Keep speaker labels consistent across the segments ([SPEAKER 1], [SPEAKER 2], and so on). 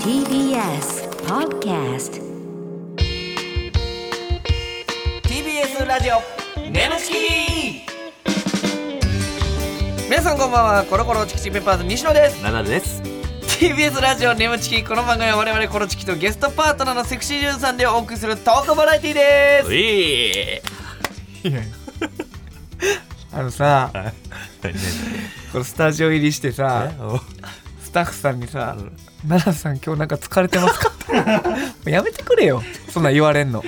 [SPEAKER 1] TBS Podcast
[SPEAKER 2] TBS ラジオネムチキ皆さんこんばんはコロコロチキチキペッパーズ西野です
[SPEAKER 3] ナダルです。
[SPEAKER 2] TBS ラジオネムチキこの番組は我々コロチキとゲストパートナーのセクシージュンさんでお送りするトークバラエティ
[SPEAKER 3] う
[SPEAKER 2] で
[SPEAKER 3] え
[SPEAKER 2] す あのさ
[SPEAKER 3] 何
[SPEAKER 2] このスタジオ入りしてさ
[SPEAKER 3] 何
[SPEAKER 2] スタッフさんにさ「奈良さん今日なんか疲れてますか?」 ってやめてくれよそんなん言われんの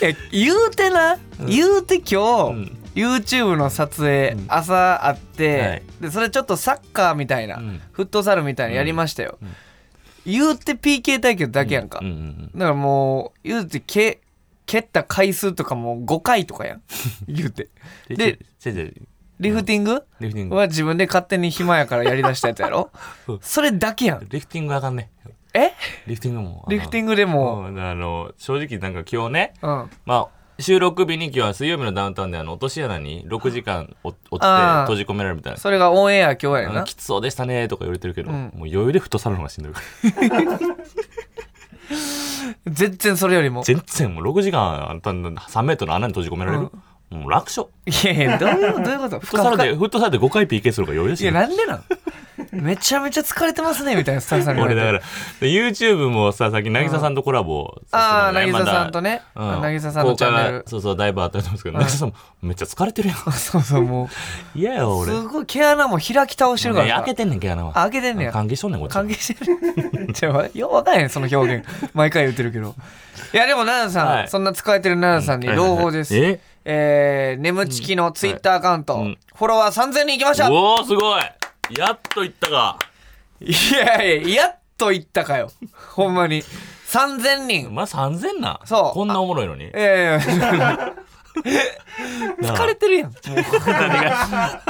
[SPEAKER 2] え言うてな言うて今日、
[SPEAKER 3] うん
[SPEAKER 2] YouTube の撮影、朝あって、
[SPEAKER 3] はい
[SPEAKER 2] でそれちょっとサッカーみたいな、
[SPEAKER 3] うん
[SPEAKER 2] フットサルみたいなのやりましたよ、言うて PK 対決だけやんか、
[SPEAKER 3] うんうん
[SPEAKER 2] だからもう言うてけ蹴った回数とかも5回とか やん言うて
[SPEAKER 3] うん。
[SPEAKER 2] で
[SPEAKER 3] で、先生、
[SPEAKER 2] リフティング
[SPEAKER 3] リフティング。
[SPEAKER 2] は自分で勝手に暇やからやりだしたやつやろ
[SPEAKER 3] うん
[SPEAKER 2] それだけやん
[SPEAKER 3] リフティングあかんね。
[SPEAKER 2] え
[SPEAKER 3] リフティングも。
[SPEAKER 2] リフティ
[SPEAKER 3] ン
[SPEAKER 2] ングでも、
[SPEAKER 3] も。あの、正直なんか今日ね、
[SPEAKER 2] うん、あ
[SPEAKER 3] まあ、収録日に今日は水曜日のダウンタウンであの、落とし穴に6時間お落ちて
[SPEAKER 2] あー
[SPEAKER 3] 閉じ込められるみたいな。
[SPEAKER 2] それがオンエア今日や
[SPEAKER 3] あ
[SPEAKER 2] な
[SPEAKER 3] のきつそうでしたねとか言われてるけど、
[SPEAKER 2] うん
[SPEAKER 3] もう余裕で太さるのがしんどいから
[SPEAKER 2] 全然それよりも
[SPEAKER 3] 全然もう6時間あんた3メートルの穴に閉じ込められる、もう楽勝
[SPEAKER 2] いやいやどういうどういう こと
[SPEAKER 3] 太さるで太さるで5回 PK するから余裕で
[SPEAKER 2] い
[SPEAKER 3] す
[SPEAKER 2] やな
[SPEAKER 3] よ
[SPEAKER 2] んでなんめちゃめちゃ疲れてますねみたいなスタッフさんに言わ
[SPEAKER 3] 俺
[SPEAKER 2] れ
[SPEAKER 3] だか
[SPEAKER 2] て
[SPEAKER 3] らで YouTube もささっき渚さんとコラボ
[SPEAKER 2] ああ
[SPEAKER 3] させても
[SPEAKER 2] 渚
[SPEAKER 3] ら
[SPEAKER 2] さんとね
[SPEAKER 3] まだう
[SPEAKER 2] 渚さんのチャンネル
[SPEAKER 3] 効果がそうそうだいぶ当たってますけど渚さんもめっちゃ疲れてるや ん
[SPEAKER 2] そうそうも
[SPEAKER 3] 嫌やよ
[SPEAKER 2] う
[SPEAKER 3] 俺
[SPEAKER 2] すごい毛穴も開き倒してるか
[SPEAKER 3] いや
[SPEAKER 2] ら
[SPEAKER 3] 開けてんねんけどな
[SPEAKER 2] あ開けてんねや
[SPEAKER 3] 関係しとんねんこっち
[SPEAKER 2] 関係してるじゃあよう分からへんその表現毎回言ってるけどいやでも奈々さん、
[SPEAKER 3] はい
[SPEAKER 2] そんな疲れてる奈々さんに朗報です、
[SPEAKER 3] はいはいはい
[SPEAKER 2] えー、眠ちきのツイッターアカウント、
[SPEAKER 3] うん
[SPEAKER 2] フォロワー3000人いきました
[SPEAKER 3] えおおすごいやっといったか
[SPEAKER 2] いやいややっと言ったかよほんまに3000人
[SPEAKER 3] まあ3000な
[SPEAKER 2] そう
[SPEAKER 3] こんなおもろいのに
[SPEAKER 2] いやいや疲れてる やん。もう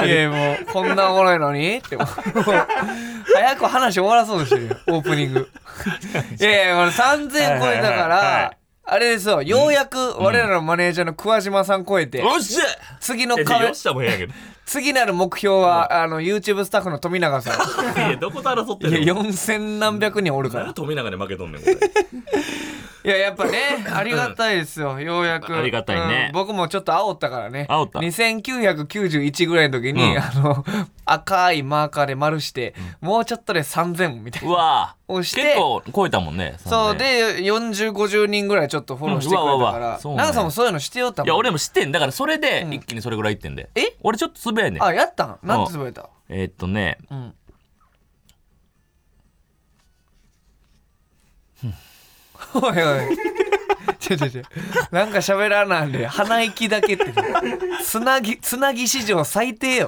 [SPEAKER 2] いやいやもうこんなおもろいのにってもう早く話終わらそうとしてるやんオープニング。いやいやこれ3000超えたか
[SPEAKER 3] はいはいはいは
[SPEAKER 2] ら
[SPEAKER 3] い
[SPEAKER 2] あれですよようやく我らのマネージャーの桑島さん超えて
[SPEAKER 3] よっしゃ
[SPEAKER 2] 次の
[SPEAKER 3] え
[SPEAKER 2] 壁
[SPEAKER 3] よっしゃもうえ えやけど
[SPEAKER 2] 次なる目標はあの YouTube スタッフの富永さん。
[SPEAKER 3] いやどこと争って
[SPEAKER 2] い
[SPEAKER 3] んの
[SPEAKER 2] や4000何百人おるか
[SPEAKER 3] なん
[SPEAKER 2] ら
[SPEAKER 3] で。富永で負けとんねんこれ
[SPEAKER 2] いややっぱねありがたいですよようやく
[SPEAKER 3] ありがたいね
[SPEAKER 2] うん僕もちょっと煽ったからね
[SPEAKER 3] 煽った
[SPEAKER 2] 2991ぐらいの時に、
[SPEAKER 3] うん
[SPEAKER 2] あの赤いマーカーで丸して、もうちょっとで3000みたいうな
[SPEAKER 3] わ
[SPEAKER 2] 押して
[SPEAKER 3] 結構超えたもんね
[SPEAKER 2] そう
[SPEAKER 3] 3000
[SPEAKER 2] で4050人ぐらいちょっとフォローしてくれた
[SPEAKER 3] うんうわ
[SPEAKER 2] か
[SPEAKER 3] うわう
[SPEAKER 2] ら
[SPEAKER 3] わそうなん
[SPEAKER 2] 奈々
[SPEAKER 3] や
[SPEAKER 2] さんもそういうのしてよったもん
[SPEAKER 3] いや俺も知ってんだからそれで一気にそれぐらいいってんで、
[SPEAKER 2] え
[SPEAKER 3] 俺ちょっとつぶやいねん
[SPEAKER 2] あやったんなんてつぶやいた
[SPEAKER 3] えーっとね
[SPEAKER 2] うんおいおいちょちょちょなんか喋らなんで鼻息だけってつなぎつなぎ史上最低よ、う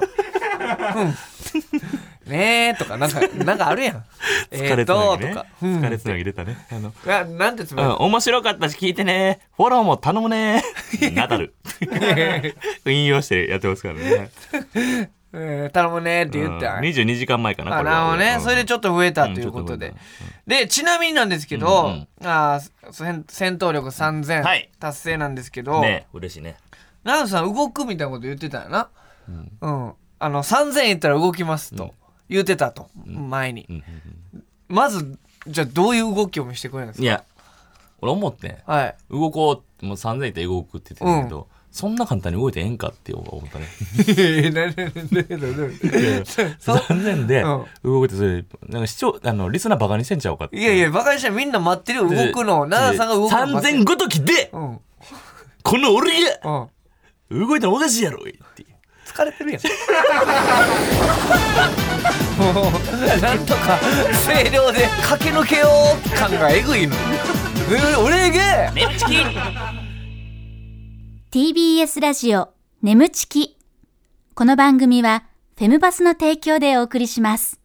[SPEAKER 2] ん、ねえとかなんかなんかあるやんえーっととか、うん、
[SPEAKER 3] れつなぎ出たね。あの、
[SPEAKER 2] ななんてつぶ
[SPEAKER 3] うん、
[SPEAKER 2] や
[SPEAKER 3] 面白かったし聞いてね。フォローも頼 むね。ナダル。
[SPEAKER 2] いた
[SPEAKER 3] 引用してやってますからね。
[SPEAKER 2] えー頼むねって言ったん
[SPEAKER 3] 二十二時間前かな。
[SPEAKER 2] あ
[SPEAKER 3] これ
[SPEAKER 2] なる
[SPEAKER 3] は
[SPEAKER 2] ほどね、
[SPEAKER 3] うん
[SPEAKER 2] それでちょっと増えたということで、でちなみになんですけど、
[SPEAKER 3] うん
[SPEAKER 2] あー戦戦闘力3000、
[SPEAKER 3] はい
[SPEAKER 2] 達成なんですけ
[SPEAKER 3] う
[SPEAKER 2] ど、
[SPEAKER 3] んね、嬉しいね。
[SPEAKER 2] ナウさん動くみたいなこと言ってたよな、うんあの3000いったら動きますと言ってたと、前に、
[SPEAKER 3] うんうん
[SPEAKER 2] まずじゃあどういう動きを見せてくれるんです
[SPEAKER 3] い
[SPEAKER 2] か
[SPEAKER 3] や、俺思ってん
[SPEAKER 2] はい
[SPEAKER 3] 動こう。もう三千円って動くって言ってたんだけど、そんな簡単に動いてええんかって思ったね。
[SPEAKER 2] そう
[SPEAKER 3] 三千円で
[SPEAKER 2] うん
[SPEAKER 3] 動いてそれなんか視聴あのリスナーバカにしてんちゃうかって。
[SPEAKER 2] いやいやバカにしたらみんな待ってるよ
[SPEAKER 3] で
[SPEAKER 2] 動くのをナウさんが動くの
[SPEAKER 3] 三
[SPEAKER 2] 待って
[SPEAKER 3] 千
[SPEAKER 2] る
[SPEAKER 3] ごときで
[SPEAKER 2] うん、うん、
[SPEAKER 3] この俺が動いたらおかしいやろっていう。
[SPEAKER 2] 疲れてるやんもう なんとか声量で駆け抜けよう感がえぐいのえ俺が
[SPEAKER 4] TBS ラジオ眠ちきこの番組はフェムバスの提供でお送りします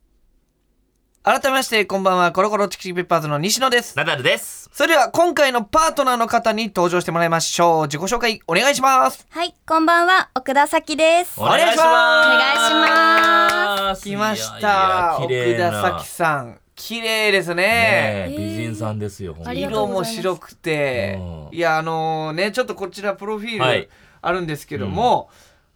[SPEAKER 2] 改めましてこんばんはコロコロチキチキペッパーズの西野です
[SPEAKER 3] ナダルです。
[SPEAKER 2] それでは今回のパートナーの方に登場してもらいましょう自己紹介お願いします
[SPEAKER 4] はいこんばんは奥田咲です
[SPEAKER 3] お
[SPEAKER 2] 願いします
[SPEAKER 3] 願いします
[SPEAKER 2] 来ました
[SPEAKER 3] いやいや綺
[SPEAKER 2] 奥
[SPEAKER 3] 麗な
[SPEAKER 2] 田咲さん綺麗ですね
[SPEAKER 3] ねえ美人さんですよ、ほんま
[SPEAKER 4] ありがとう
[SPEAKER 2] 色も白くて
[SPEAKER 3] うん
[SPEAKER 2] いやあのねちょっとこちらプロフィー
[SPEAKER 3] は
[SPEAKER 2] ル
[SPEAKER 3] い
[SPEAKER 2] あるんですけども、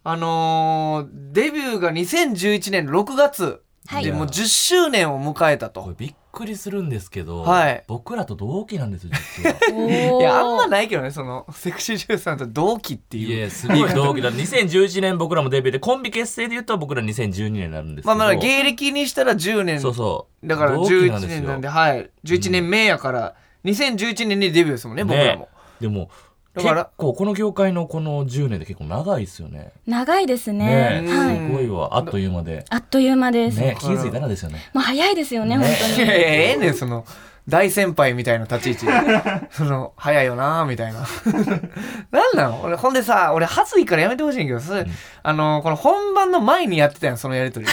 [SPEAKER 2] あのーデビューが2011年6月
[SPEAKER 4] はい
[SPEAKER 2] でもう10周年を迎えた
[SPEAKER 3] ことれ。びっくりするんですけど、
[SPEAKER 2] はい
[SPEAKER 3] 僕らと同期なんですよ実は
[SPEAKER 2] い
[SPEAKER 4] い
[SPEAKER 2] や、あんまないけどね、その、セクシージューさんと同期って
[SPEAKER 3] い
[SPEAKER 2] いう。
[SPEAKER 3] やすごい同期だ2011年僕らもデビューでコンビ結成で言うと僕ら2012年になるんですけ
[SPEAKER 2] まあ
[SPEAKER 3] ど
[SPEAKER 2] まあ、芸歴にしたら10年。
[SPEAKER 3] そうそう
[SPEAKER 2] だから
[SPEAKER 3] 同期
[SPEAKER 2] 11年なんで、はい。11年目やから、2011年にデビューですもんね、僕らも。
[SPEAKER 3] でも
[SPEAKER 2] だ
[SPEAKER 3] 結
[SPEAKER 2] から
[SPEAKER 3] 構この業界のこの10年で結構長いですよね
[SPEAKER 5] 長いですね
[SPEAKER 3] ね
[SPEAKER 2] え
[SPEAKER 5] はい、
[SPEAKER 3] すごいわあっという間で
[SPEAKER 5] あっという間です、
[SPEAKER 3] ね気づいたらですよね
[SPEAKER 5] まあ早いですよね
[SPEAKER 3] ね
[SPEAKER 5] 本
[SPEAKER 2] い
[SPEAKER 5] 当
[SPEAKER 2] やい
[SPEAKER 5] に
[SPEAKER 2] や、ええねん、その、大先輩みたいな立ち位 置。その、早いよなーみたいな。 なんなの俺、ほんでさ、俺、恥ずいからやめてほしいんやけど、それ、あの、この本番の前にやってたやん、そのやり とり。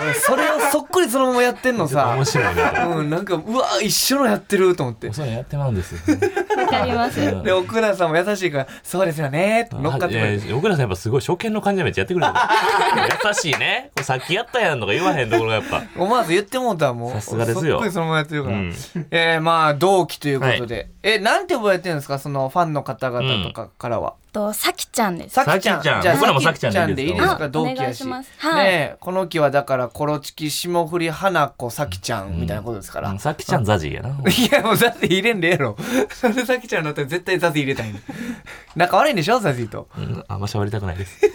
[SPEAKER 2] 俺、それをそっくりそのままやってんのさ
[SPEAKER 3] 面。白いね
[SPEAKER 2] うん、なんか、うわ、一緒のやってると思って
[SPEAKER 3] もう。そういうのやってまうんですよ
[SPEAKER 5] わかります
[SPEAKER 3] うん
[SPEAKER 2] で、奥田さんも優しいから、そうですよねーって乗っかってくれて。
[SPEAKER 3] いや奥田さんやっぱすごい初見の感じでめっちゃやってく れた優しいねさっきやったやんとか言わへんところがやっぱ
[SPEAKER 2] 思わず言ってもうたわもう。
[SPEAKER 3] さすがですよ
[SPEAKER 2] そっくりそのままやってるから。
[SPEAKER 3] うん
[SPEAKER 2] えー、まあ、同期ということで。え、なんて呼ばれてるんですかそのファンの方々とかからは。
[SPEAKER 5] とさきちゃんです
[SPEAKER 2] さきちゃん。
[SPEAKER 3] さきちゃん
[SPEAKER 2] じあ
[SPEAKER 3] 僕らもさきちゃんでいい
[SPEAKER 2] でいい
[SPEAKER 3] ですか
[SPEAKER 2] ですか
[SPEAKER 5] あ
[SPEAKER 2] 同期や
[SPEAKER 5] お
[SPEAKER 2] し。
[SPEAKER 5] 願
[SPEAKER 2] ね
[SPEAKER 5] いしますはい
[SPEAKER 2] えこの期はだから、コロチキ、霜降り、花子、さきちゃんみたいなことですから。
[SPEAKER 3] うんさっきちゃんザジー やな
[SPEAKER 2] いや、もうザズ入れんでええやろ。それさきちゃんだったら絶対ザズ入れたいねん。仲悪いんでしょザズと。
[SPEAKER 3] うんあんま喋りたくないです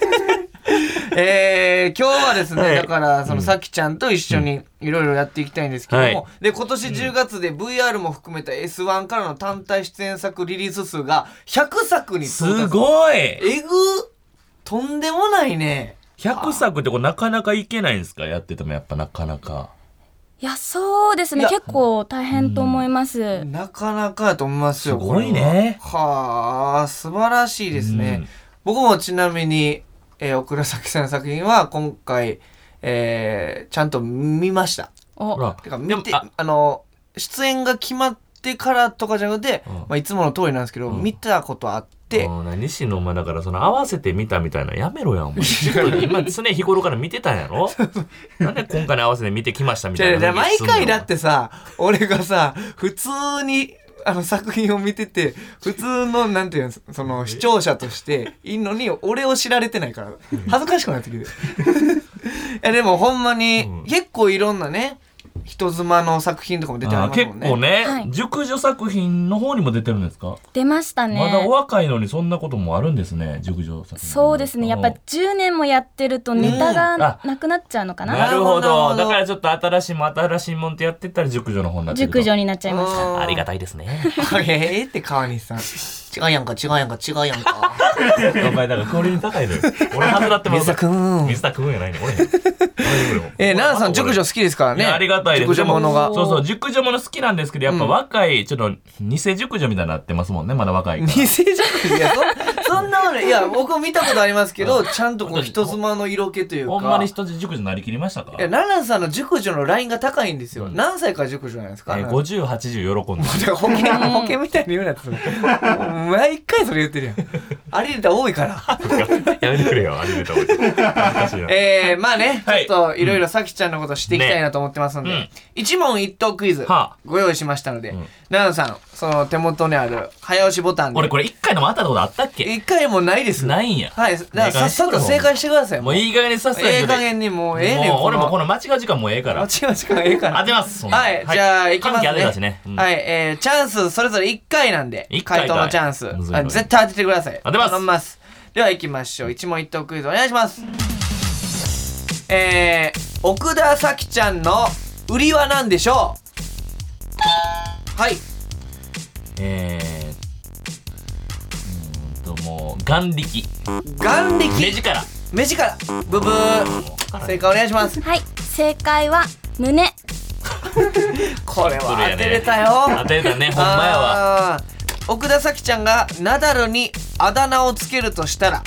[SPEAKER 2] えー、今日はですね、
[SPEAKER 3] はい
[SPEAKER 2] だから、その、さきちゃんと一緒にいろいろやっていきたいんですけども、
[SPEAKER 3] はい
[SPEAKER 2] で、今年10月で VR も含めた S1 からの単体出演作リリース数が100作に到達
[SPEAKER 3] すごい
[SPEAKER 2] えぐとんでもないね。
[SPEAKER 3] 100作ってこれなかなかいけないんですかやっててもやっぱなかなか
[SPEAKER 5] いやそうです
[SPEAKER 2] い
[SPEAKER 5] ね
[SPEAKER 2] や
[SPEAKER 5] 結構大変と思います、
[SPEAKER 2] なかなかやと思いますよ、
[SPEAKER 3] すごいね
[SPEAKER 2] これは。はあ、素晴らしいですね。
[SPEAKER 3] うん
[SPEAKER 2] 僕もちなみに、えー、奥田咲さんの作品は今回、えー、ちゃんと見ました。
[SPEAKER 5] お
[SPEAKER 3] ほら
[SPEAKER 2] てか見て
[SPEAKER 3] でも
[SPEAKER 2] あ
[SPEAKER 3] あ
[SPEAKER 2] の出演が決まってからとかじゃなくて、
[SPEAKER 3] うん
[SPEAKER 2] まあ、いつもの通りなんですけど、
[SPEAKER 3] うん
[SPEAKER 2] 見たことあって、
[SPEAKER 3] うん何しのお前だからその合わせてみたみたいなのやめろやん お前ちょっと今常日頃から見てたんやろなんで今回の合わせて見てきましたみ
[SPEAKER 2] じ
[SPEAKER 3] たい
[SPEAKER 2] ゃ
[SPEAKER 3] な
[SPEAKER 2] あじゃあ毎回だっててさ俺がさ普通にあの作品を見てて普通のなんていうのその視聴者としていいのに俺を知られてないから恥ずかしくな ってきていやでもほんまに、
[SPEAKER 3] うん
[SPEAKER 2] 結構いろんなね人妻の作品とかも出てます
[SPEAKER 3] 結
[SPEAKER 2] もんね
[SPEAKER 3] 構ね、
[SPEAKER 5] はい
[SPEAKER 3] 熟女作品の方にも出てるんですか
[SPEAKER 5] 出ましたね
[SPEAKER 3] まだお若いのにそんなこともあるんですね、熟女作品。
[SPEAKER 5] そうですねやっぱ10年もやってるとネタ
[SPEAKER 3] うんあ
[SPEAKER 5] がなくなっちゃうのか
[SPEAKER 3] うん
[SPEAKER 5] な、
[SPEAKER 3] なるほ
[SPEAKER 2] なるほど
[SPEAKER 3] ど。だからちょっと新しいもん新しいもんってやってったら熟女の方になってると
[SPEAKER 5] 熟女になっちゃいまし
[SPEAKER 2] うん
[SPEAKER 5] た
[SPEAKER 3] ありがたいですね。
[SPEAKER 2] あれって川西さん違うやんか違うやんか違うやんか
[SPEAKER 3] お前だからクオリティ高いのよ。俺外だってます。
[SPEAKER 2] 水田くん
[SPEAKER 3] 水田くんやないの。俺 や。
[SPEAKER 2] えー、奈良さん、熟女好きですから
[SPEAKER 3] い
[SPEAKER 2] ね。
[SPEAKER 3] やありがたいで
[SPEAKER 2] 熟
[SPEAKER 3] す。
[SPEAKER 2] 女ものが。
[SPEAKER 3] そうそう、熟女もの好きなんですけど、やっぱ
[SPEAKER 2] うん
[SPEAKER 3] 若い、ちょっと、偽熟女みたいになってますもんね、まだ若いから。
[SPEAKER 2] 偽熟女いや、そそんなもの、いや、僕も見たことありますけど、ちゃんとこう、人妻の色気というか。
[SPEAKER 3] ほんまに人熟女になりきりましたか
[SPEAKER 2] いや、奈良さんの熟女のラインが高いんですよ。
[SPEAKER 3] うん
[SPEAKER 2] 何歳から熟女なんですか、
[SPEAKER 3] えー
[SPEAKER 2] 奈良
[SPEAKER 3] 50、80喜んで る。
[SPEAKER 2] さん保険、保険みたいに言うなって、 それ毎回それ言ってるやん。ありれた多いから。
[SPEAKER 3] やめてくれよ、アニメと思って。恥ずかしいな。
[SPEAKER 2] えー、まあね、ちょ
[SPEAKER 3] は
[SPEAKER 2] っ
[SPEAKER 3] い
[SPEAKER 2] と、いろいろさきちゃんのことしていきたいなと思ってますんで、
[SPEAKER 3] ね
[SPEAKER 2] 一問一答クイズ
[SPEAKER 3] はあ、
[SPEAKER 2] ご用意しましたので、
[SPEAKER 3] ん
[SPEAKER 2] 奈良さん、その手元にある、早押しボタンで。
[SPEAKER 3] 俺これ一回のもあったことあったっけ
[SPEAKER 2] 一回もないです。
[SPEAKER 3] ないんや。
[SPEAKER 2] はい、だからさっさと正解してください。
[SPEAKER 3] もういい加減にさせて
[SPEAKER 2] ええ加減にもうええねん。
[SPEAKER 3] もう俺もこ
[SPEAKER 2] の。
[SPEAKER 3] の間違う時間もうええから。
[SPEAKER 2] 間違う時間ええから。
[SPEAKER 3] 当てますそんな
[SPEAKER 2] はい、
[SPEAKER 3] はい
[SPEAKER 2] じゃあ、いきます
[SPEAKER 3] 関係あ
[SPEAKER 2] ね。
[SPEAKER 3] るだしねうん
[SPEAKER 2] はい、えー、チャンス、それぞれ1回なんで。
[SPEAKER 3] 一回
[SPEAKER 2] 回
[SPEAKER 3] かい
[SPEAKER 2] 答のチャンス。
[SPEAKER 3] むずい
[SPEAKER 2] あ
[SPEAKER 3] のに
[SPEAKER 2] 絶対当ててください。
[SPEAKER 3] 当てます
[SPEAKER 2] 頼みます。では、行きましょう。一問一答クイズお願いします。えー、奥田咲ちゃんの売りは何でしょうはい。
[SPEAKER 3] えー。うーんともう、眼力。
[SPEAKER 2] 眼
[SPEAKER 3] 目
[SPEAKER 2] 力、
[SPEAKER 3] 力。
[SPEAKER 2] 目力、ブブー。正解お願いします。
[SPEAKER 5] はい正解は胸
[SPEAKER 2] これ
[SPEAKER 3] そ
[SPEAKER 2] は当
[SPEAKER 3] れやね
[SPEAKER 2] てれたよ。
[SPEAKER 3] 当てれたね、ほんまやわ。
[SPEAKER 2] あー奥田咲ちゃんがナダルにあだ名をつけるとしたら。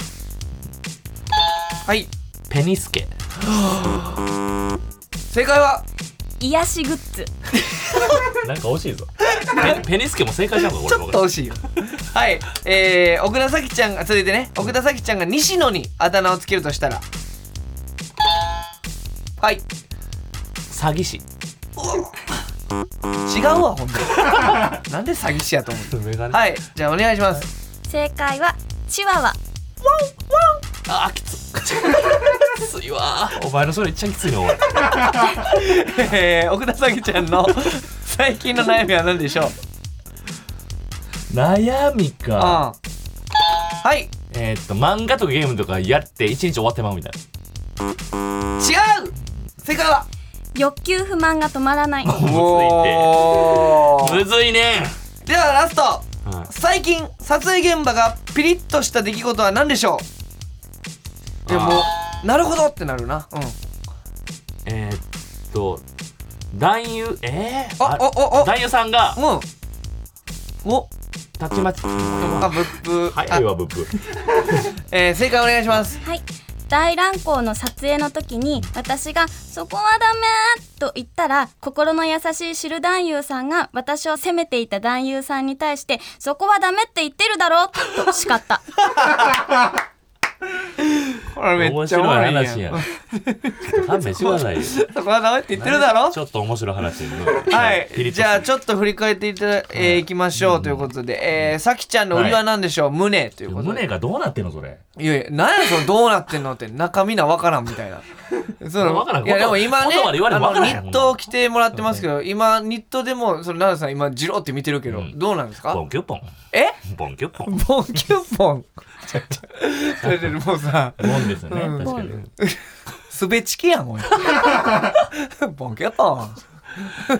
[SPEAKER 2] はい、
[SPEAKER 3] ペニスケ。
[SPEAKER 2] 正解は
[SPEAKER 5] 癒しグッズ
[SPEAKER 3] なんか惜しいぞ。ペペニスケも正解したのか、
[SPEAKER 2] ち
[SPEAKER 3] 俺
[SPEAKER 2] ょっと
[SPEAKER 3] 分か
[SPEAKER 2] 惜
[SPEAKER 3] る。
[SPEAKER 2] しいよ。 はい、えー、奥田咲ちゃんが、続いてね、奥田咲ちゃんが西野にあだ名をつけるとしたら。はい、違
[SPEAKER 3] 詐欺師。
[SPEAKER 2] うわ、ほんと になんで詐欺師やと思
[SPEAKER 3] メガ
[SPEAKER 2] う。。はい、じゃあお願いします。
[SPEAKER 5] 正解はチワワ
[SPEAKER 3] あ、きつ。きついわお前のそれいっちゃきついのおい
[SPEAKER 2] えー、奥田咲ちゃんの 最近の悩みは何でしょう
[SPEAKER 3] 悩みか
[SPEAKER 2] あはい違
[SPEAKER 3] えーっと漫画とかゲームとかやって一日終わってまうみたいう
[SPEAKER 2] 正解は
[SPEAKER 5] 欲求不満が止まら ない。
[SPEAKER 3] な
[SPEAKER 2] お
[SPEAKER 3] むずい
[SPEAKER 2] ー
[SPEAKER 3] ってむずいね、
[SPEAKER 2] ではラスト
[SPEAKER 3] はい
[SPEAKER 2] 最近撮影現場がピリッとした出来事は何でしょういや
[SPEAKER 3] あー
[SPEAKER 2] もうなるほどってなるなうん
[SPEAKER 3] えーっと男優えー、
[SPEAKER 2] あ
[SPEAKER 3] あ
[SPEAKER 2] おおお
[SPEAKER 3] 男優さんが
[SPEAKER 2] うんお
[SPEAKER 3] たちまち
[SPEAKER 2] あブッブ
[SPEAKER 3] は
[SPEAKER 2] あ
[SPEAKER 3] いわブッブ
[SPEAKER 2] えー、正解お願いします
[SPEAKER 5] はい。大乱行の撮影の時に私が「そこはダメ!」と言ったら心の優しい知る男優さんが私を責めていた男優さんに対して「そこはダメって言ってるだろ!」と叱 った
[SPEAKER 2] これ
[SPEAKER 3] 面白い話やんちょっと勘弁してくださいよ
[SPEAKER 2] そこはダメって言ってるだろ
[SPEAKER 3] ちょっと面白い話やな
[SPEAKER 2] はい
[SPEAKER 3] ピリッとす
[SPEAKER 2] じ
[SPEAKER 3] る
[SPEAKER 2] ゃあちょっと振り返っていただ、えーいきましょうということで、えー、さきちゃんの売りは何でしょう、胸ということで
[SPEAKER 3] 胸がどうなってんのそれ
[SPEAKER 2] いやいや何やそのどうなってんのって中身なわからんみた いなそ
[SPEAKER 3] わからん
[SPEAKER 2] いやでも今ね
[SPEAKER 3] 言葉で言われ
[SPEAKER 2] あ
[SPEAKER 3] てもわ
[SPEAKER 2] の
[SPEAKER 3] からん
[SPEAKER 2] ニ
[SPEAKER 3] やん
[SPEAKER 2] ットを着てもらってますけど今ニットでもその奈良さん今ジロって見てるけど、
[SPEAKER 3] うん
[SPEAKER 2] どうなんです
[SPEAKER 3] ボ
[SPEAKER 2] か
[SPEAKER 3] ンキュッポン
[SPEAKER 2] え
[SPEAKER 3] ボンキュッポン
[SPEAKER 2] ボンキュッポンそれでもうさ
[SPEAKER 3] ボンですよね
[SPEAKER 2] うん
[SPEAKER 3] 確かに
[SPEAKER 2] すべちきやんおい ボンキュッポン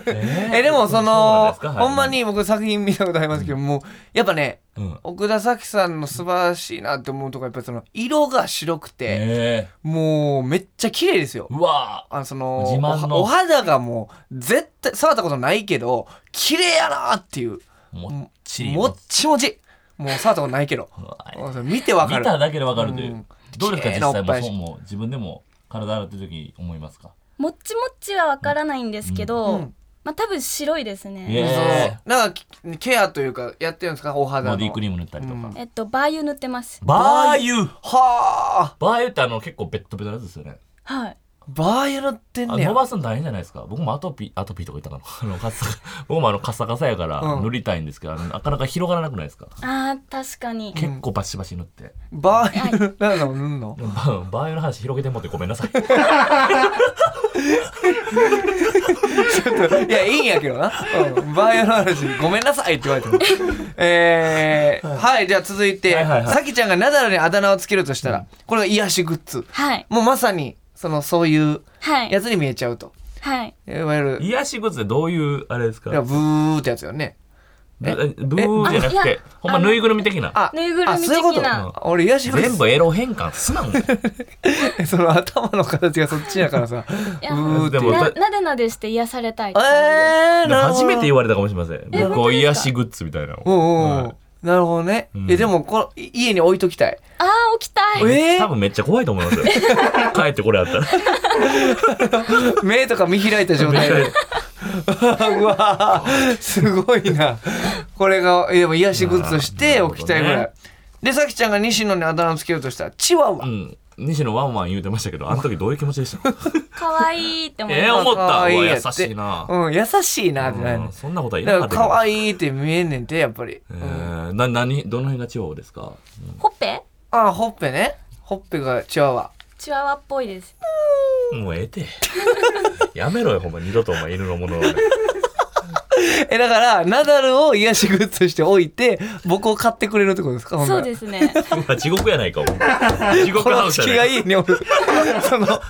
[SPEAKER 3] え
[SPEAKER 2] えでもその
[SPEAKER 3] そうなんですかはい
[SPEAKER 2] ほんまに僕作品見たことありますけどもうやっぱね
[SPEAKER 3] うん
[SPEAKER 2] 奥田咲さんの素晴らしいなって思うとこやっぱりその色が白くて、
[SPEAKER 3] え
[SPEAKER 2] もうめっちゃ綺麗ですよ
[SPEAKER 3] ー。うわ
[SPEAKER 2] あのその
[SPEAKER 3] 自慢の
[SPEAKER 2] おお肌がもう絶対触ったことないけど綺麗やなっていう
[SPEAKER 3] ーもっちり
[SPEAKER 2] もっちもちもう触ったことないけど
[SPEAKER 3] うわ
[SPEAKER 2] もうそれ見てわか
[SPEAKER 3] 見
[SPEAKER 2] る
[SPEAKER 3] ただけでわかるといううんどうです
[SPEAKER 2] 綺
[SPEAKER 3] か
[SPEAKER 2] 麗
[SPEAKER 3] 実
[SPEAKER 2] なおっ
[SPEAKER 3] 際も
[SPEAKER 2] ぱ
[SPEAKER 3] う
[SPEAKER 2] い
[SPEAKER 3] そうもう自分でも体洗ってる時思いますか
[SPEAKER 5] もっちもっちはわからないんですけど、
[SPEAKER 2] うん
[SPEAKER 5] まあ多分白いですね、
[SPEAKER 3] え
[SPEAKER 2] そう
[SPEAKER 3] ー
[SPEAKER 2] なんかケアというかやってるんですかお肌の
[SPEAKER 3] ボディクリーム塗ったりとか
[SPEAKER 5] えっとバー油塗ってます
[SPEAKER 3] バー油
[SPEAKER 2] はあ
[SPEAKER 3] バー油ってあの結構ベッドベトのやつですよね
[SPEAKER 5] はい
[SPEAKER 2] バー油塗ってん
[SPEAKER 3] あ
[SPEAKER 2] ねや
[SPEAKER 3] 伸ばすの大変じゃないですか僕もアトピーアトピーとか言ったかな あのカサ僕もあのカサカサやから
[SPEAKER 2] うん
[SPEAKER 3] 塗りたいんですけど、あのなかなか広がらなくないですか
[SPEAKER 5] あー確かに
[SPEAKER 3] 結構バシバシ塗って、
[SPEAKER 2] バー油なんか塗んの
[SPEAKER 3] でもバーバー油の話広げてもってごめんなさい
[SPEAKER 2] いや、いいんやけどな。うん、バーヤの話、ごめんなさいって言われても。えー、はい、じゃあ続いて、
[SPEAKER 3] はいはいはい
[SPEAKER 2] さきちゃんがナダルにあだ名をつけるとしたら、これが癒しグッズ。
[SPEAKER 5] はい
[SPEAKER 2] もうまさに、その、そういう
[SPEAKER 5] はい
[SPEAKER 2] やつに見えちゃうと。
[SPEAKER 5] はい
[SPEAKER 2] いわゆる、い
[SPEAKER 3] 癒しグッズでどういうあれですか
[SPEAKER 2] やブーってやつよね。
[SPEAKER 3] ブブーじゃなく
[SPEAKER 5] あい
[SPEAKER 3] て
[SPEAKER 5] や
[SPEAKER 3] ほんま
[SPEAKER 5] あの
[SPEAKER 3] ぬいぐるみ的な
[SPEAKER 2] あ、
[SPEAKER 5] ぬいぐるみ
[SPEAKER 2] あそういうこと
[SPEAKER 5] 的な
[SPEAKER 2] あ俺、癒しグッズ。
[SPEAKER 3] 全部エロ変換すなもんで
[SPEAKER 2] その頭の形がそっちやからさ。
[SPEAKER 5] いや
[SPEAKER 2] ブーって。
[SPEAKER 3] も
[SPEAKER 5] ななでなでして癒されたいって感じです
[SPEAKER 2] えー、なるほど
[SPEAKER 3] 初めて言われたかもしれません僕は癒しグッズみたいなの
[SPEAKER 2] おうおうおう
[SPEAKER 3] はい
[SPEAKER 2] なるほどね。
[SPEAKER 3] ん
[SPEAKER 2] え、でもこの、い家に置いときたい。
[SPEAKER 5] あー起きたい
[SPEAKER 2] えー
[SPEAKER 3] 多分めっちゃ怖いと思います よ帰ってこれあったら
[SPEAKER 2] 目とか見開いた状態で。 うわーすごいな。これが、えでも癒しグッズとして置きたいぐ
[SPEAKER 3] な
[SPEAKER 2] ら
[SPEAKER 3] る
[SPEAKER 2] い。で、さきちゃんが西野にあだ名をつけようとしたら、チワワ。
[SPEAKER 3] うん西野ワンワン言うてましたけどあの時どういう気持ちでした
[SPEAKER 5] 可愛いって思い
[SPEAKER 3] ええ
[SPEAKER 5] ます
[SPEAKER 3] 思った
[SPEAKER 2] 可
[SPEAKER 3] わ
[SPEAKER 2] 愛い
[SPEAKER 3] 優
[SPEAKER 2] やつ
[SPEAKER 3] しいな、
[SPEAKER 2] うん、優しいなってなる
[SPEAKER 3] うんそんなことはい
[SPEAKER 2] だ
[SPEAKER 3] ら
[SPEAKER 2] か
[SPEAKER 3] な
[SPEAKER 2] ら、
[SPEAKER 3] かった
[SPEAKER 2] 可
[SPEAKER 3] い
[SPEAKER 2] 愛いって見えんねんて、やっぱり。
[SPEAKER 3] えー、な何どの辺が地方ですか
[SPEAKER 5] ほっぺ
[SPEAKER 2] あ、ほっぺね。ほっぺがチワワ。
[SPEAKER 5] チワワっぽいです
[SPEAKER 3] もうええて やめろよほんま二度とお前犬のものを
[SPEAKER 2] え、だから、ナダルを癒しグッズとして置いて、僕を買ってくれるってことですか。
[SPEAKER 5] そうですすね
[SPEAKER 3] 地獄やないかお 前地獄
[SPEAKER 2] こ
[SPEAKER 3] ハ
[SPEAKER 2] の
[SPEAKER 3] ウス
[SPEAKER 2] 式が
[SPEAKER 3] やないか
[SPEAKER 2] 家におる。 その、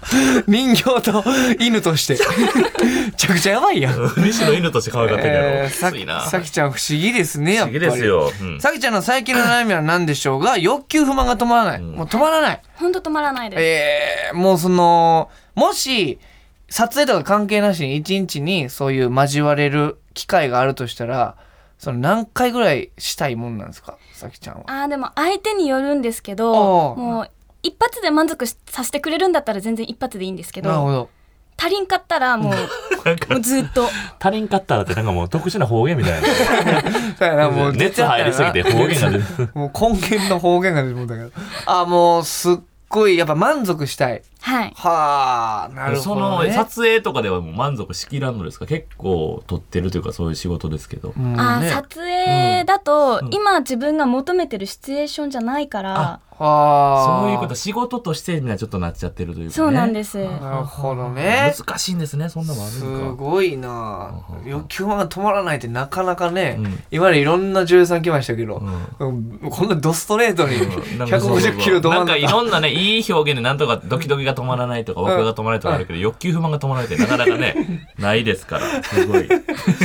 [SPEAKER 2] 人形と犬と して。めちゃくちゃやばいやん。
[SPEAKER 3] 西野犬として可愛かったんやろ、
[SPEAKER 2] えーさ
[SPEAKER 3] きついな
[SPEAKER 2] さきちゃん不思議ですねやっ
[SPEAKER 3] 不
[SPEAKER 2] ぱり
[SPEAKER 3] 思議ですよ、うん
[SPEAKER 2] さきちゃんの最近の悩みは何でしょう が欲求不満が止まらない、
[SPEAKER 3] ん
[SPEAKER 2] もう止まらない、
[SPEAKER 5] ほんと止まらないです
[SPEAKER 2] えー、もうそのもし撮影とか関係なしに一日にそういう交われる機会があるとしたらその何回ぐらいしたいもんなんですかさきちゃんは
[SPEAKER 5] あーでも相手によるんですけど
[SPEAKER 2] おー
[SPEAKER 5] もう一発で満足しさせてくれるんだったら全然一発でいいんですけ
[SPEAKER 2] なるほ
[SPEAKER 5] ど
[SPEAKER 2] ど
[SPEAKER 5] 足りんかったらも
[SPEAKER 3] なん
[SPEAKER 5] うも
[SPEAKER 3] か
[SPEAKER 5] うずっと
[SPEAKER 3] 他人勝ったらってなんかもう特殊な方言みたい
[SPEAKER 2] だ
[SPEAKER 3] な
[SPEAKER 2] からもう出ち
[SPEAKER 3] 熱
[SPEAKER 2] ゃった
[SPEAKER 3] 入
[SPEAKER 2] よ
[SPEAKER 3] りすぎて方言が出る
[SPEAKER 2] もう根源の方言が出てもうたからあーもうすっごいやっぱ満足したい
[SPEAKER 5] はい
[SPEAKER 2] はあなるほ
[SPEAKER 3] そ
[SPEAKER 2] ど、ね、
[SPEAKER 3] の撮影とかではもう満足しきらんのですか結構撮ってるというかそういう仕事ですけど。
[SPEAKER 2] もうね
[SPEAKER 5] あー撮影だと、
[SPEAKER 3] ん
[SPEAKER 5] 今自分が求めてるシチュエーションじゃないから
[SPEAKER 2] はあ
[SPEAKER 3] そういうこと、仕事としてみんなちょっとなっちゃってるというか、ね。
[SPEAKER 5] そうなんです、
[SPEAKER 2] なるほどね
[SPEAKER 3] 難しいんですね、そんなのある
[SPEAKER 2] す
[SPEAKER 3] んか。
[SPEAKER 2] ごいな
[SPEAKER 3] うんうんうん
[SPEAKER 2] 欲求が止まらないってなかなかね、
[SPEAKER 3] うん
[SPEAKER 2] 今までいろんな女優さん来ましたけど、
[SPEAKER 3] うん
[SPEAKER 2] うんこんなドストレートに
[SPEAKER 3] なんかそうそう
[SPEAKER 2] 150キロど
[SPEAKER 3] な
[SPEAKER 2] 真
[SPEAKER 3] ん
[SPEAKER 2] ん
[SPEAKER 3] かい
[SPEAKER 2] 中
[SPEAKER 3] ろんなね、いい表現でなんとかドキドキが止まらないとか、ワクワクが止まらないとかあるけど、欲求不満が止まらないってなかなか ね、ないですから、すごい。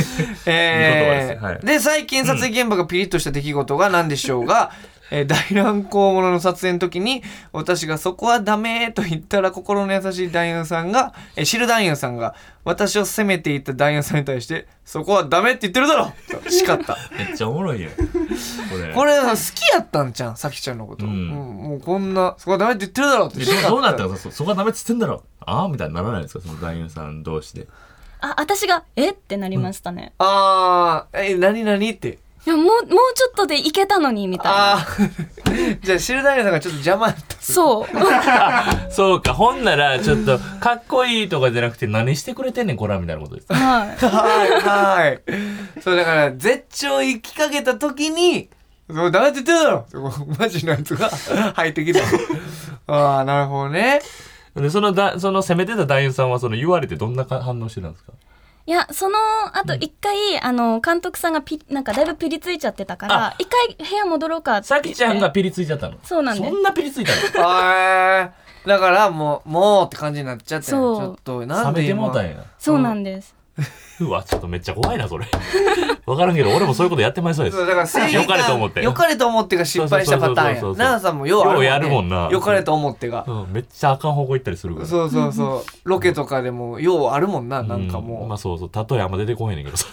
[SPEAKER 2] え
[SPEAKER 3] いい言葉ですはい
[SPEAKER 2] ーで最近撮影現場がピリッとした出来事が何でしょう が、えー大乱行者の撮影の時に私が「そこはダメ」と言ったら心の優しい男優さんが、えー知る男優さんが私を責めていた男優さんに対して「そこはダメって言ってるだろ!」と叱 った。
[SPEAKER 3] めっちゃおもろいやん。これ。
[SPEAKER 2] これ好きやったんじゃんさきちゃんのこと、
[SPEAKER 3] うん
[SPEAKER 2] うんもうこんな「そこはダメって言ってるだろ!」って
[SPEAKER 3] で
[SPEAKER 2] 叱
[SPEAKER 3] どうなったのそそこはダメっつってんだろああみたいにならないですかその男優さん同士で。
[SPEAKER 5] あ私がえってなりましたね、
[SPEAKER 2] あーえ何何って
[SPEAKER 5] いやもうもうちょっとでいけたのにみたいな
[SPEAKER 2] あー じゃあ知る男優さんがちょっと邪魔やった
[SPEAKER 5] そう
[SPEAKER 3] そうか、ほんなら、ちょっと、かっこいいとかじゃなくて、何してくれてんねん、こら、みたいなことです。
[SPEAKER 5] はい
[SPEAKER 2] はいはい。そうだから絶頂行きかけた時に、そうダメって言ってるだろってこうマジのやつが入ってきた。ああ、なるほどね。
[SPEAKER 3] で、そのだ、その攻めてた男優さんは、その言われてどんなか反応してたんですか
[SPEAKER 5] いやその後一回、あの監督さんがピなんかだいぶピリついちゃってたか
[SPEAKER 3] あ
[SPEAKER 5] ら一回部屋戻ろうかって言
[SPEAKER 3] さ
[SPEAKER 5] って
[SPEAKER 3] きちゃんがピリついちゃったの。
[SPEAKER 5] そうなんです
[SPEAKER 3] そんなピリついたの
[SPEAKER 2] あーだからもう、もうって感じになっちゃって、ち
[SPEAKER 5] そう
[SPEAKER 2] ょっと、なんで
[SPEAKER 3] 冷めて
[SPEAKER 2] 今
[SPEAKER 3] もうたんや。
[SPEAKER 5] そうなんです、
[SPEAKER 3] うわ、ちょっとめっちゃ怖いな、それ。 わからんけど、俺もそういうことやってまいそうです
[SPEAKER 2] そう。だから正義感
[SPEAKER 3] 良かれと思って
[SPEAKER 2] 良かれと思ってが失敗したパターンや
[SPEAKER 3] そうそうそうそうそう
[SPEAKER 2] 奈々さんもようあ
[SPEAKER 3] ようやるもんな
[SPEAKER 2] 良かれと思ってが、
[SPEAKER 3] うん、めっちゃあかん方向行ったりするから。
[SPEAKER 2] そうそうそうロケとかでもようあるもんな、なんかもう、
[SPEAKER 3] まあそうそう、例えあんま出てこへんねんけどさ。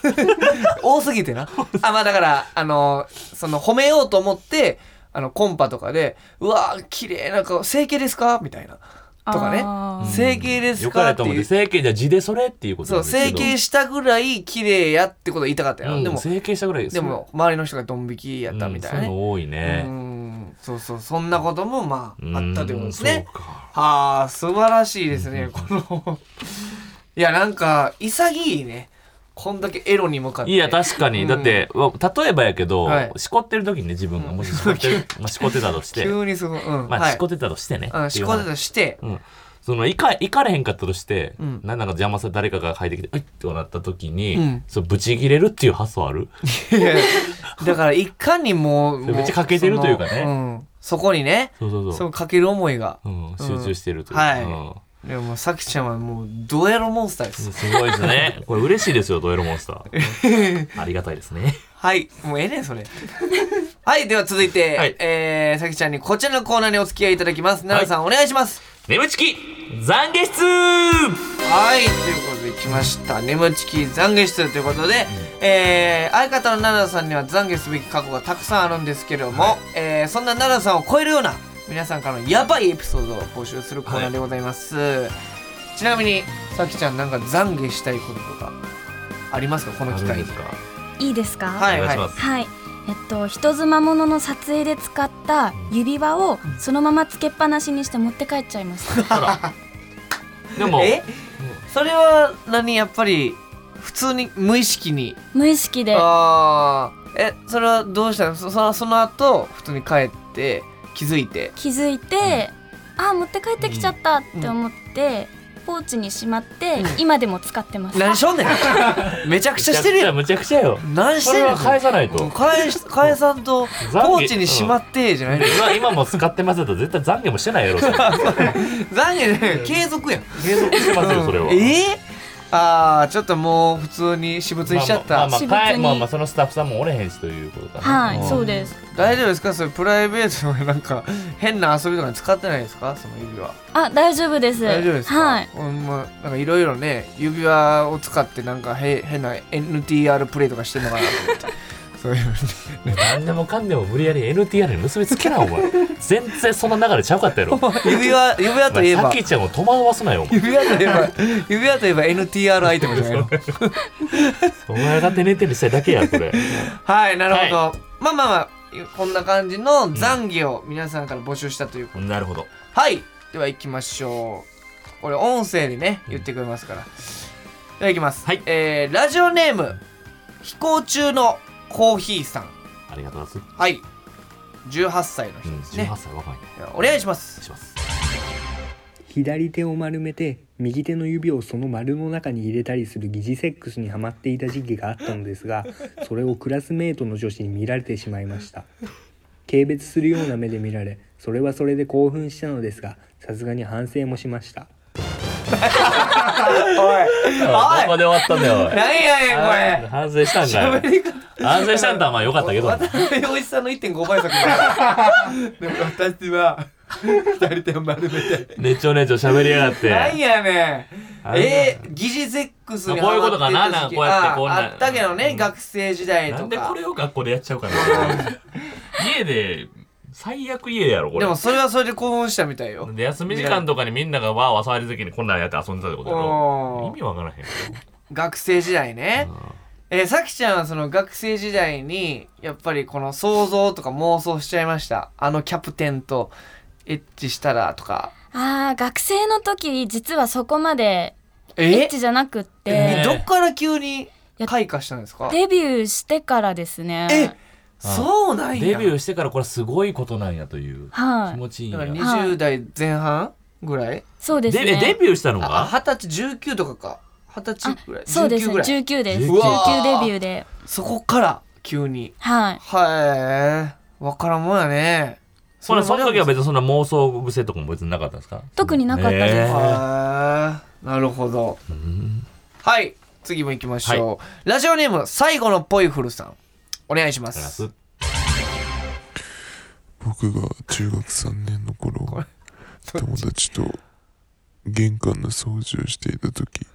[SPEAKER 2] 多すぎてな。あ、まあだから、あの、その褒めようと思って、あの、コンパとかで、うわー、綺麗な顔、整形ですかみたいな。とかね。
[SPEAKER 5] あー
[SPEAKER 2] 整形です
[SPEAKER 3] よか
[SPEAKER 2] か
[SPEAKER 3] れ
[SPEAKER 2] って
[SPEAKER 3] と思っ
[SPEAKER 2] い
[SPEAKER 3] て、
[SPEAKER 2] う。
[SPEAKER 3] 整形じゃ字でそれっていうこと
[SPEAKER 2] そ
[SPEAKER 3] な
[SPEAKER 2] う、
[SPEAKER 3] んですけ
[SPEAKER 2] 整
[SPEAKER 3] ど
[SPEAKER 2] 形したぐらい綺麗やってことを言いたかったよ。
[SPEAKER 3] うん
[SPEAKER 2] でも、
[SPEAKER 3] 整形したぐらいす
[SPEAKER 2] でも、周りの人がドン引きやったみたいな
[SPEAKER 3] うんそ
[SPEAKER 2] ね。
[SPEAKER 3] ういうの多いうね。
[SPEAKER 2] ん、そうそう、そんなことも、まあ、あったということです
[SPEAKER 3] うん
[SPEAKER 2] ね。。
[SPEAKER 3] そうか
[SPEAKER 2] はあ、素晴らしいですね、この。 いや、なんか、潔いね。こんだけエロに向かって。
[SPEAKER 3] いや確かに、
[SPEAKER 2] うん
[SPEAKER 3] だってわ例えばやけど、
[SPEAKER 2] はい
[SPEAKER 3] しこってる時にね自分がもししこってる、まあ、しこってたとして、
[SPEAKER 2] 急にすごい。うん。
[SPEAKER 3] ま
[SPEAKER 2] は
[SPEAKER 3] あ
[SPEAKER 2] い
[SPEAKER 3] しこってたとしてね、
[SPEAKER 2] うん、
[SPEAKER 3] ってい
[SPEAKER 2] 仕
[SPEAKER 3] う
[SPEAKER 2] 込ん
[SPEAKER 3] 話
[SPEAKER 2] でとして、
[SPEAKER 3] うん、そのいかいかれへんかったとして、
[SPEAKER 2] うん
[SPEAKER 3] なんなんか邪魔さ誰かが入ってきてういってなった時に、
[SPEAKER 2] うん
[SPEAKER 3] そうブチ切れるっていう発想 ある
[SPEAKER 2] だからいかにもう、
[SPEAKER 3] それ
[SPEAKER 2] も
[SPEAKER 3] めっちゃ欠けてるというかね
[SPEAKER 2] そのうん、そこにね、
[SPEAKER 3] そうそうそう
[SPEAKER 2] そのかける思いが。
[SPEAKER 3] うん、集中してるという
[SPEAKER 2] は
[SPEAKER 3] か、
[SPEAKER 2] い
[SPEAKER 3] うん
[SPEAKER 2] でも、さきちゃんはもう、ドエロモンスターです。
[SPEAKER 3] すごいですねこれ嬉しいですよドエロモンスタ ーありがたいですね
[SPEAKER 2] はい、もうええねん、それ。はい、では続いて、
[SPEAKER 3] はい
[SPEAKER 2] えー、さきちゃんにこちらのコーナーにお付き合いいただきます。奈々さん、お願いします。
[SPEAKER 3] 眠ちき懺悔室
[SPEAKER 2] はい、ということで来ました。眠ちき懺悔室ということで、えー、相方の奈々さんには懺悔すべき過去がたくさんあるんですけれども、えー、そんな奈々さんを超えるような皆さんからのやばいエピソードを募集するコーナーでございます。ちなみに、さきちゃんなんか懺悔したいこととかありますかこの
[SPEAKER 3] あ
[SPEAKER 2] 機
[SPEAKER 3] るん
[SPEAKER 2] 会に
[SPEAKER 3] です。か
[SPEAKER 5] いいですか
[SPEAKER 2] はい
[SPEAKER 3] お願いします、
[SPEAKER 5] はい。えっと人妻ものの撮影で使った指輪をそのままつけっぱなしにして持って帰っちゃいま した。
[SPEAKER 3] でも
[SPEAKER 2] えそれは何やっぱり普通に無意識に
[SPEAKER 5] 無意識で、
[SPEAKER 2] ああえそれはどうしたのそそその後普通に帰って気づいて
[SPEAKER 5] 気づいて、あー持って帰ってきちゃったって思って、ポーチにしまって、今でも使ってます。
[SPEAKER 2] 何しょんね んめちゃくちゃしてるやん
[SPEAKER 3] むちゃくちゃよ
[SPEAKER 2] 何し
[SPEAKER 3] そ
[SPEAKER 2] て
[SPEAKER 3] れ
[SPEAKER 2] るや
[SPEAKER 3] は
[SPEAKER 2] ん
[SPEAKER 3] 返さない
[SPEAKER 2] うん
[SPEAKER 3] と
[SPEAKER 2] 返し返さんと
[SPEAKER 3] 懺悔
[SPEAKER 2] ポーチにしまってじゃないの
[SPEAKER 3] 今今も使ってますだと絶対懺悔もしてな いやろそれ
[SPEAKER 2] 残念じゃない継続やん
[SPEAKER 3] 継続してますよそれは、
[SPEAKER 2] えー、ああちょっともう普通に私物にしちゃった、
[SPEAKER 3] まあまあまあまあ
[SPEAKER 5] 私物
[SPEAKER 3] 帰
[SPEAKER 5] に
[SPEAKER 3] まあまあそのスタッフさんもおれへんしということかな、
[SPEAKER 5] は
[SPEAKER 3] うん
[SPEAKER 5] い、そうです。
[SPEAKER 2] 大丈夫ですかそれプライベートのなんか変な遊びとかに使ってないですかその指輪
[SPEAKER 5] あ、大丈夫です。
[SPEAKER 2] 大丈夫ですか、
[SPEAKER 5] はい。
[SPEAKER 2] うんまあ、なんかいろいろね指輪を使ってなんかへ変な NTR プレイとかしてんのかなと 思ってそういうのね
[SPEAKER 3] 何でもかんでも無理やり NTR に結びつけなお前全然そんな流れちゃうかったやろ
[SPEAKER 2] 指輪指輪
[SPEAKER 3] お
[SPEAKER 2] とい
[SPEAKER 3] 前
[SPEAKER 2] え
[SPEAKER 3] さ
[SPEAKER 2] ば
[SPEAKER 3] きちゃんを戸惑わすなよお前
[SPEAKER 2] 指輪といえば指輪といえば NTR アイテムじゃないの
[SPEAKER 3] お前が手寝てるしたいだけやこれ
[SPEAKER 2] はいなるほど、まあまあまあこんな感じの懺悔を皆さんから募集したという
[SPEAKER 3] なるほど
[SPEAKER 2] はいでは行きましょうこれ音声でね言ってくれますから、ではいきます、
[SPEAKER 3] はい
[SPEAKER 2] えーラジオネーム飛行中のコーヒーさん
[SPEAKER 3] ありがとうございま
[SPEAKER 2] はい18歳の
[SPEAKER 3] す。
[SPEAKER 2] 人
[SPEAKER 3] うん、
[SPEAKER 2] ですね
[SPEAKER 3] 18、歳若いね。
[SPEAKER 2] お願いします
[SPEAKER 3] します。
[SPEAKER 6] 左手を丸めて右手の指をその丸の中に入れたりする疑似セックスにハマっていた時期があったのですがそれをクラスメートの女子に見られてしまいました軽蔑するような目で見られそれはそれで興奮したのですがさすがに反省もしました
[SPEAKER 2] おい
[SPEAKER 3] あこ
[SPEAKER 2] お
[SPEAKER 3] こ
[SPEAKER 2] い
[SPEAKER 3] で終わったんだよ。おい
[SPEAKER 2] 何やねんこれ
[SPEAKER 3] 反省したんだよ
[SPEAKER 2] 喋。り方
[SPEAKER 3] 反省したんだまあよかったけど。
[SPEAKER 2] 渡辺おじさんの1.5倍速みたいな私は二人手を丸め て
[SPEAKER 3] ねちょねちょ喋りやがって。
[SPEAKER 2] なんやね
[SPEAKER 3] あ
[SPEAKER 2] ん
[SPEAKER 3] れ
[SPEAKER 2] えー、疑似セックスに
[SPEAKER 3] こういうことかな
[SPEAKER 2] ハマてた時期
[SPEAKER 3] なんかこうやってこんな
[SPEAKER 2] ああったけどね、
[SPEAKER 3] うん
[SPEAKER 2] 学生時代とか
[SPEAKER 3] なんでこれを学校でやっちゃうかな。家で、最悪家やろ、これ。
[SPEAKER 2] でもそれはそれで興奮したみたいよ
[SPEAKER 3] で休み時間とかにみんながわーわー騒いでる時にこんなんやって遊んでたってことや
[SPEAKER 2] うん
[SPEAKER 3] ろ。意味わからへんよ。
[SPEAKER 2] 学生時代ね
[SPEAKER 3] うん
[SPEAKER 2] えー、さきちゃんはその学生時代にやっぱりこの想像とか妄想しちゃいましたあのキャプテンとエッチしたらとか
[SPEAKER 5] あー学生の時実はそこまでエ
[SPEAKER 2] え
[SPEAKER 5] ッチじゃなくっ
[SPEAKER 2] え
[SPEAKER 5] て
[SPEAKER 2] どっから急に開花したんですか
[SPEAKER 5] デビューしてからです
[SPEAKER 2] え
[SPEAKER 5] ね
[SPEAKER 2] そうなんや
[SPEAKER 3] デビューしてからこれはすごいことなんやという
[SPEAKER 5] は
[SPEAKER 3] 気
[SPEAKER 5] い
[SPEAKER 3] 持ちいいん
[SPEAKER 2] だ
[SPEAKER 3] や。
[SPEAKER 2] から
[SPEAKER 3] で
[SPEAKER 2] 20代前半ぐらい、
[SPEAKER 5] そうです
[SPEAKER 3] えデ
[SPEAKER 5] ね
[SPEAKER 3] ビューしたの
[SPEAKER 2] あ
[SPEAKER 3] が
[SPEAKER 2] あ二十歳19とかか二十歳ぐらい
[SPEAKER 5] そうです
[SPEAKER 2] 19ぐらい
[SPEAKER 5] 19です
[SPEAKER 3] う
[SPEAKER 5] 19
[SPEAKER 2] わー
[SPEAKER 5] デビューで
[SPEAKER 2] そこから急に
[SPEAKER 5] はい
[SPEAKER 2] はえわからんもんやね
[SPEAKER 3] ほらその時は
[SPEAKER 2] 別
[SPEAKER 3] 別にそんな妄想癖とかも別になかったんですか
[SPEAKER 5] 特になかったです
[SPEAKER 3] ねえ
[SPEAKER 2] になるほど
[SPEAKER 3] うん
[SPEAKER 2] はい次も行きましょう、ラジオネーム最後のポイフルさんお願いしま
[SPEAKER 3] だから
[SPEAKER 2] す
[SPEAKER 3] す
[SPEAKER 7] 僕が中学3年の頃友達と玄関の掃除をしていた時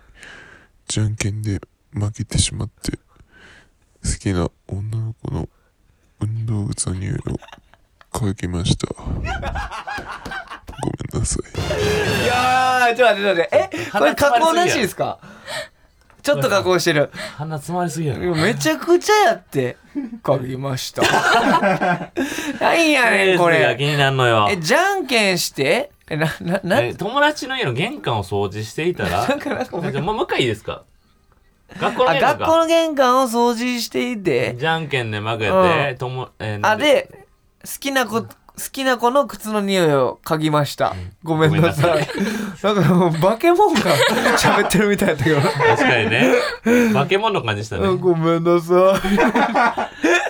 [SPEAKER 7] じゃんけんで負けてしまって好きな女の子の運動靴の匂いを嗅ぎましたごめんなさい
[SPEAKER 2] いやーちょっと待って待ってえこれ加工なしですかちょっと加工してる
[SPEAKER 3] 鼻詰まりすぎやろ
[SPEAKER 2] めちゃくちゃやって書きましたなんやねんこ
[SPEAKER 3] ペースが気
[SPEAKER 2] れ
[SPEAKER 3] になるのよ
[SPEAKER 2] えじゃんけんしてえななな
[SPEAKER 3] え友達の家の玄関を掃除していたら
[SPEAKER 2] なんかなんかもう一回
[SPEAKER 3] じゃあもうもう一回いいですか学校の
[SPEAKER 2] あ
[SPEAKER 3] 玄関
[SPEAKER 2] 学
[SPEAKER 3] か
[SPEAKER 2] 校の玄関を掃除していて
[SPEAKER 3] じゃんけんで負けて、
[SPEAKER 2] うん
[SPEAKER 3] ともえー
[SPEAKER 2] あで好きな子好きな子の靴の匂いを嗅ぎましたごめんなさい なんかもう化け物が喋ってるみたいだった けど
[SPEAKER 3] 確かにね化け物の感じしたね
[SPEAKER 2] うんごめんなさい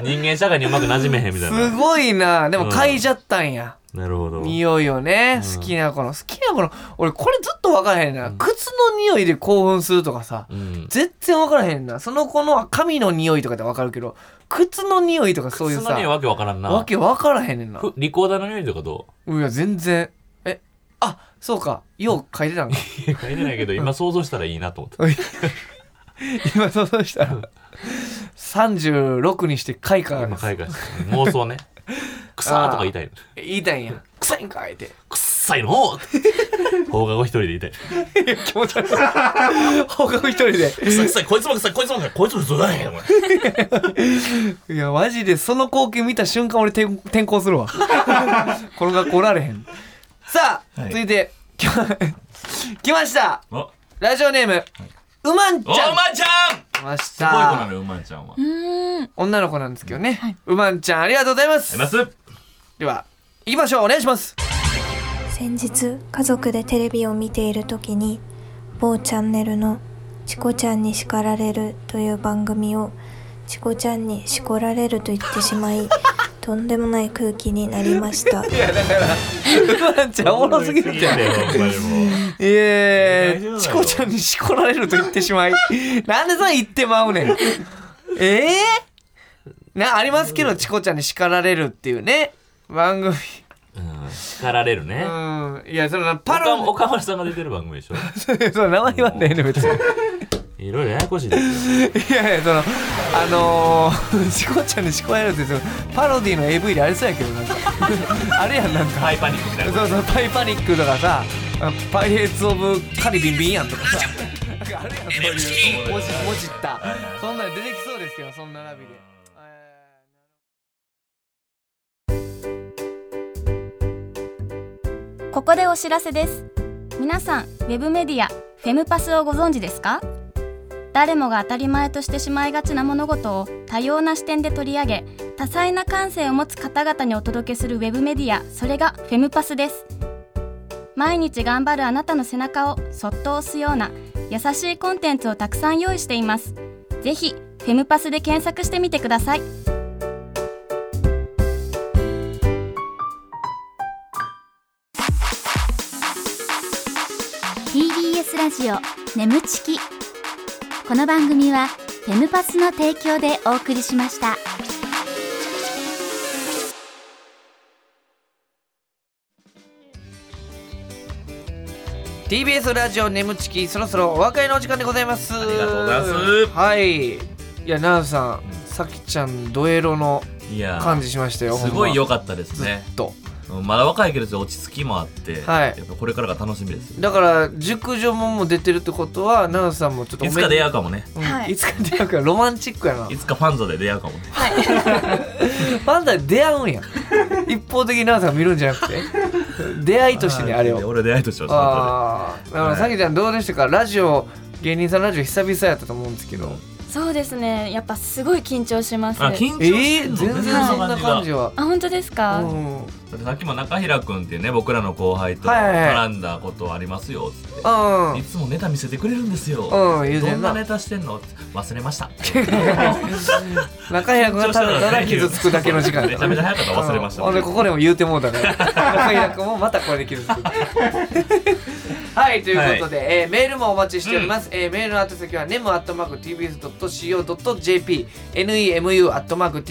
[SPEAKER 3] 人間社会にうまく馴染めへんみたい
[SPEAKER 2] す
[SPEAKER 3] な
[SPEAKER 2] ごいなで
[SPEAKER 3] う
[SPEAKER 2] も
[SPEAKER 3] ん
[SPEAKER 2] 嗅いじゃったんや
[SPEAKER 3] なるほど
[SPEAKER 2] 匂いをね
[SPEAKER 3] うん
[SPEAKER 2] 好きな子の好きな子の俺これずっと分からへんな靴の匂いで興奮するとかさ
[SPEAKER 3] うん
[SPEAKER 2] 全然分からへんなその子の髪の匂いとかって分かるけど靴の匂いとかそういう
[SPEAKER 3] 靴の
[SPEAKER 2] さ
[SPEAKER 3] 匂いわけわからんな
[SPEAKER 2] わけ分からへんねんな
[SPEAKER 3] ふリコーダーの匂いとかど
[SPEAKER 2] いや全然えあそうかよう書いてたんか
[SPEAKER 3] う書いてないけど今想像したらいいなと思った
[SPEAKER 2] 今そうそうしたら36にして開花
[SPEAKER 3] 今海外妄想ね 草ーとか言いたいの
[SPEAKER 2] 言いたいんや臭いんかいって
[SPEAKER 3] 臭いのって放課後一人で言いたい
[SPEAKER 2] 気持ち悪い放課後一人で
[SPEAKER 3] 臭い臭いこいつも臭いこいつも臭いこいつも臭いお前
[SPEAKER 2] いやマジでその光景見た瞬間俺転転校 するわこの学校おられへんさあ、
[SPEAKER 3] はい
[SPEAKER 2] 続いてきま来ました
[SPEAKER 3] おお
[SPEAKER 2] ラジオネーム、うまんちゃん
[SPEAKER 3] まちゃん
[SPEAKER 2] 来まし
[SPEAKER 3] すごい子な
[SPEAKER 2] た
[SPEAKER 3] のようまちゃんは
[SPEAKER 5] うーん
[SPEAKER 2] 女の子なんですけどね、うまんちゃんありがとうございます
[SPEAKER 3] ます
[SPEAKER 2] では行きましょうお願いします
[SPEAKER 8] 先日家族でテレビを見ている時に某チャンネルの「チコちゃんに叱られる」という番組をチコちゃんにしこられると言ってしまいとんでもない空気になりました
[SPEAKER 2] うまんちゃんおもろすぎるじゃん
[SPEAKER 3] お前も
[SPEAKER 2] え
[SPEAKER 3] 大丈夫だ
[SPEAKER 2] ー、
[SPEAKER 3] よ
[SPEAKER 2] チコちゃんにしこられると言ってしまいなんでそれ言ってまうねんえー、なありますけどチコちゃんに叱られるっていうね番組
[SPEAKER 3] うん叱られるね
[SPEAKER 2] うんいやそのパ
[SPEAKER 3] パ
[SPEAKER 2] ロ
[SPEAKER 3] ロ岡村さんが出てる番組でしょ
[SPEAKER 2] その名前言わんでええねん別に
[SPEAKER 3] いろいろややこしいですよ
[SPEAKER 2] いやいやそのあのー、 チコちゃんにしこられるってそのパロディの AV でありそうやけどなんか あれやんなんか
[SPEAKER 3] ハイパニックみたいな
[SPEAKER 2] そうそうパイパニックとかさあパイレーツ・オブ・カリビンビンやんとか さなんかあれやんそういうもじもじったそんなん出てきそうですけどそんな並びで。えー
[SPEAKER 5] ここでお知らせです皆さんウェブメディアフェムパスをご存知ですか誰もが当たり前としてしまいがちな物事を多様な視点で取り上げ多彩な感性を持つ方々にお届けするウェブメディアそれがフェムパスです毎日頑張るあなたの背中をそっと押すような優しいコンテンツをたくさん用意していますぜひフェムパスで検索してみてください
[SPEAKER 4] ー TBS ラジオ眠ちきこの番組はフェムパスの提供でお送りしました
[SPEAKER 2] す TBS ラジオ眠ちきそろそろお別れのお時間でございますあ
[SPEAKER 3] りがとうございます
[SPEAKER 2] はいいやナウさ
[SPEAKER 3] うん
[SPEAKER 2] んさきちゃんドエロの
[SPEAKER 3] いやー
[SPEAKER 2] 感じしましたよ
[SPEAKER 3] すごい良
[SPEAKER 2] よ
[SPEAKER 3] かったですね
[SPEAKER 2] と
[SPEAKER 3] まだ若いけど落ち着きもあって、
[SPEAKER 2] はい
[SPEAKER 3] やっぱこれからが楽しみですよ
[SPEAKER 2] だから熟女もんも出てるってことはナウさんもちょっとお
[SPEAKER 3] い
[SPEAKER 2] め
[SPEAKER 3] つか出会うかもね
[SPEAKER 2] うん
[SPEAKER 5] はい
[SPEAKER 2] いつか出会うからロマンチックやない
[SPEAKER 3] つかファンザで出会うかもね
[SPEAKER 2] パンダで出会うんや一方的にナウさんが見るんじゃなくて出会いとしてねあれを
[SPEAKER 3] 俺出会いとしてはフ
[SPEAKER 2] ああだからさきちゃんどうでしたか、ラジオ芸人さんラジオ久々やったと思うんですけど
[SPEAKER 5] そうですねやっぱすごい緊張します
[SPEAKER 3] ァンザであ緊張
[SPEAKER 2] えー、
[SPEAKER 3] してんの
[SPEAKER 2] 全然そんな感じは、
[SPEAKER 5] あ本当ですか、
[SPEAKER 2] うん
[SPEAKER 3] だってさっきも中平君っていうね僕らの後輩と
[SPEAKER 2] はいはいは
[SPEAKER 3] 絡んだことありますよつって、
[SPEAKER 2] うん
[SPEAKER 3] い、つもネタ見せてくれるんですよ、
[SPEAKER 2] うん言うて
[SPEAKER 3] ど
[SPEAKER 2] ん
[SPEAKER 3] ん
[SPEAKER 2] な
[SPEAKER 3] なネタしてんのって忘れました
[SPEAKER 2] 中平君がただただ傷つくだけの時間
[SPEAKER 3] めちゃめちゃ早かった忘れました
[SPEAKER 2] うんほんでここでも言うてもうたから 中平君もまたこれで傷つくはいということで、えーメールもお待ちしております、えーメールの宛先は nemu.tbs.co.jp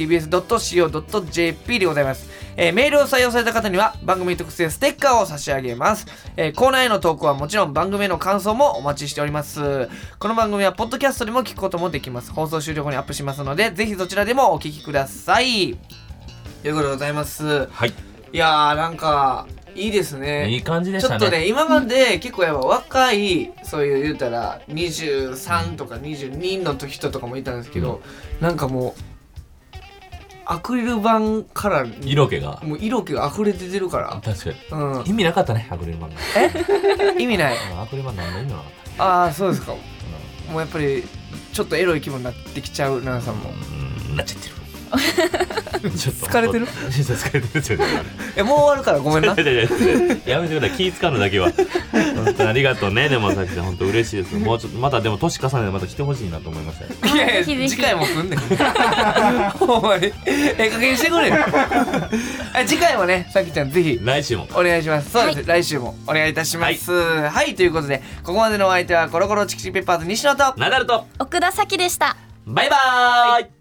[SPEAKER 2] nemu.tbs.co.jp でございます、えーメールを採用された方には番組特製ステッカーを差し上げます、えーコーナーへの投稿はもちろん番組への感想もお待ちしておりますこの番組はポッドキャストでも聞くこともできます放送終了後にアップしますのでぜひそちらでもお聞きくださいということでございます
[SPEAKER 3] はい
[SPEAKER 2] いやーなんかいいですね
[SPEAKER 3] いい感じでし
[SPEAKER 2] ちょ
[SPEAKER 3] た
[SPEAKER 2] っと
[SPEAKER 3] ね
[SPEAKER 2] ね今まで結構やっぱ若いそういう言うたら23とか22の人とかもいたんですけど、なんかもうアクリル板から
[SPEAKER 3] 色気が
[SPEAKER 2] もう色気が溢れ出てるか
[SPEAKER 3] 確かに
[SPEAKER 2] ら、うん、
[SPEAKER 3] 意味なかったねアクリル板が
[SPEAKER 2] 意味 ない
[SPEAKER 3] うんアクリル板何の意味もなかっ
[SPEAKER 2] ああそうですかもうやっぱりちょっとエロい気分になってきちゃう奈々さんも
[SPEAKER 3] たうんなっち ゃってるちょっと
[SPEAKER 2] 疲れてる
[SPEAKER 3] ちょっと疲れてるちょっと
[SPEAKER 2] えもう終わるからごめん な
[SPEAKER 3] いやいやいややめてください気使うのだけは本当にありがとうねでもさきちゃん本当嬉しいですもうちょっとまたでも年重ねてまた来てほしいなと思いました
[SPEAKER 2] いや
[SPEAKER 5] ぜ
[SPEAKER 2] い
[SPEAKER 5] ひぜ
[SPEAKER 2] や
[SPEAKER 5] ひ
[SPEAKER 2] 次回も来 んねんほんまにええ加減してくれよあ次回もねさきちゃんぜひ
[SPEAKER 3] 来週も
[SPEAKER 2] お願いしますそうです、来週もお願いいたしますはい、ということでここまでのお相手はコロコロチキチキペッパーズ西野と
[SPEAKER 3] ナダルと
[SPEAKER 5] 奥田咲希でした
[SPEAKER 3] バイバーイ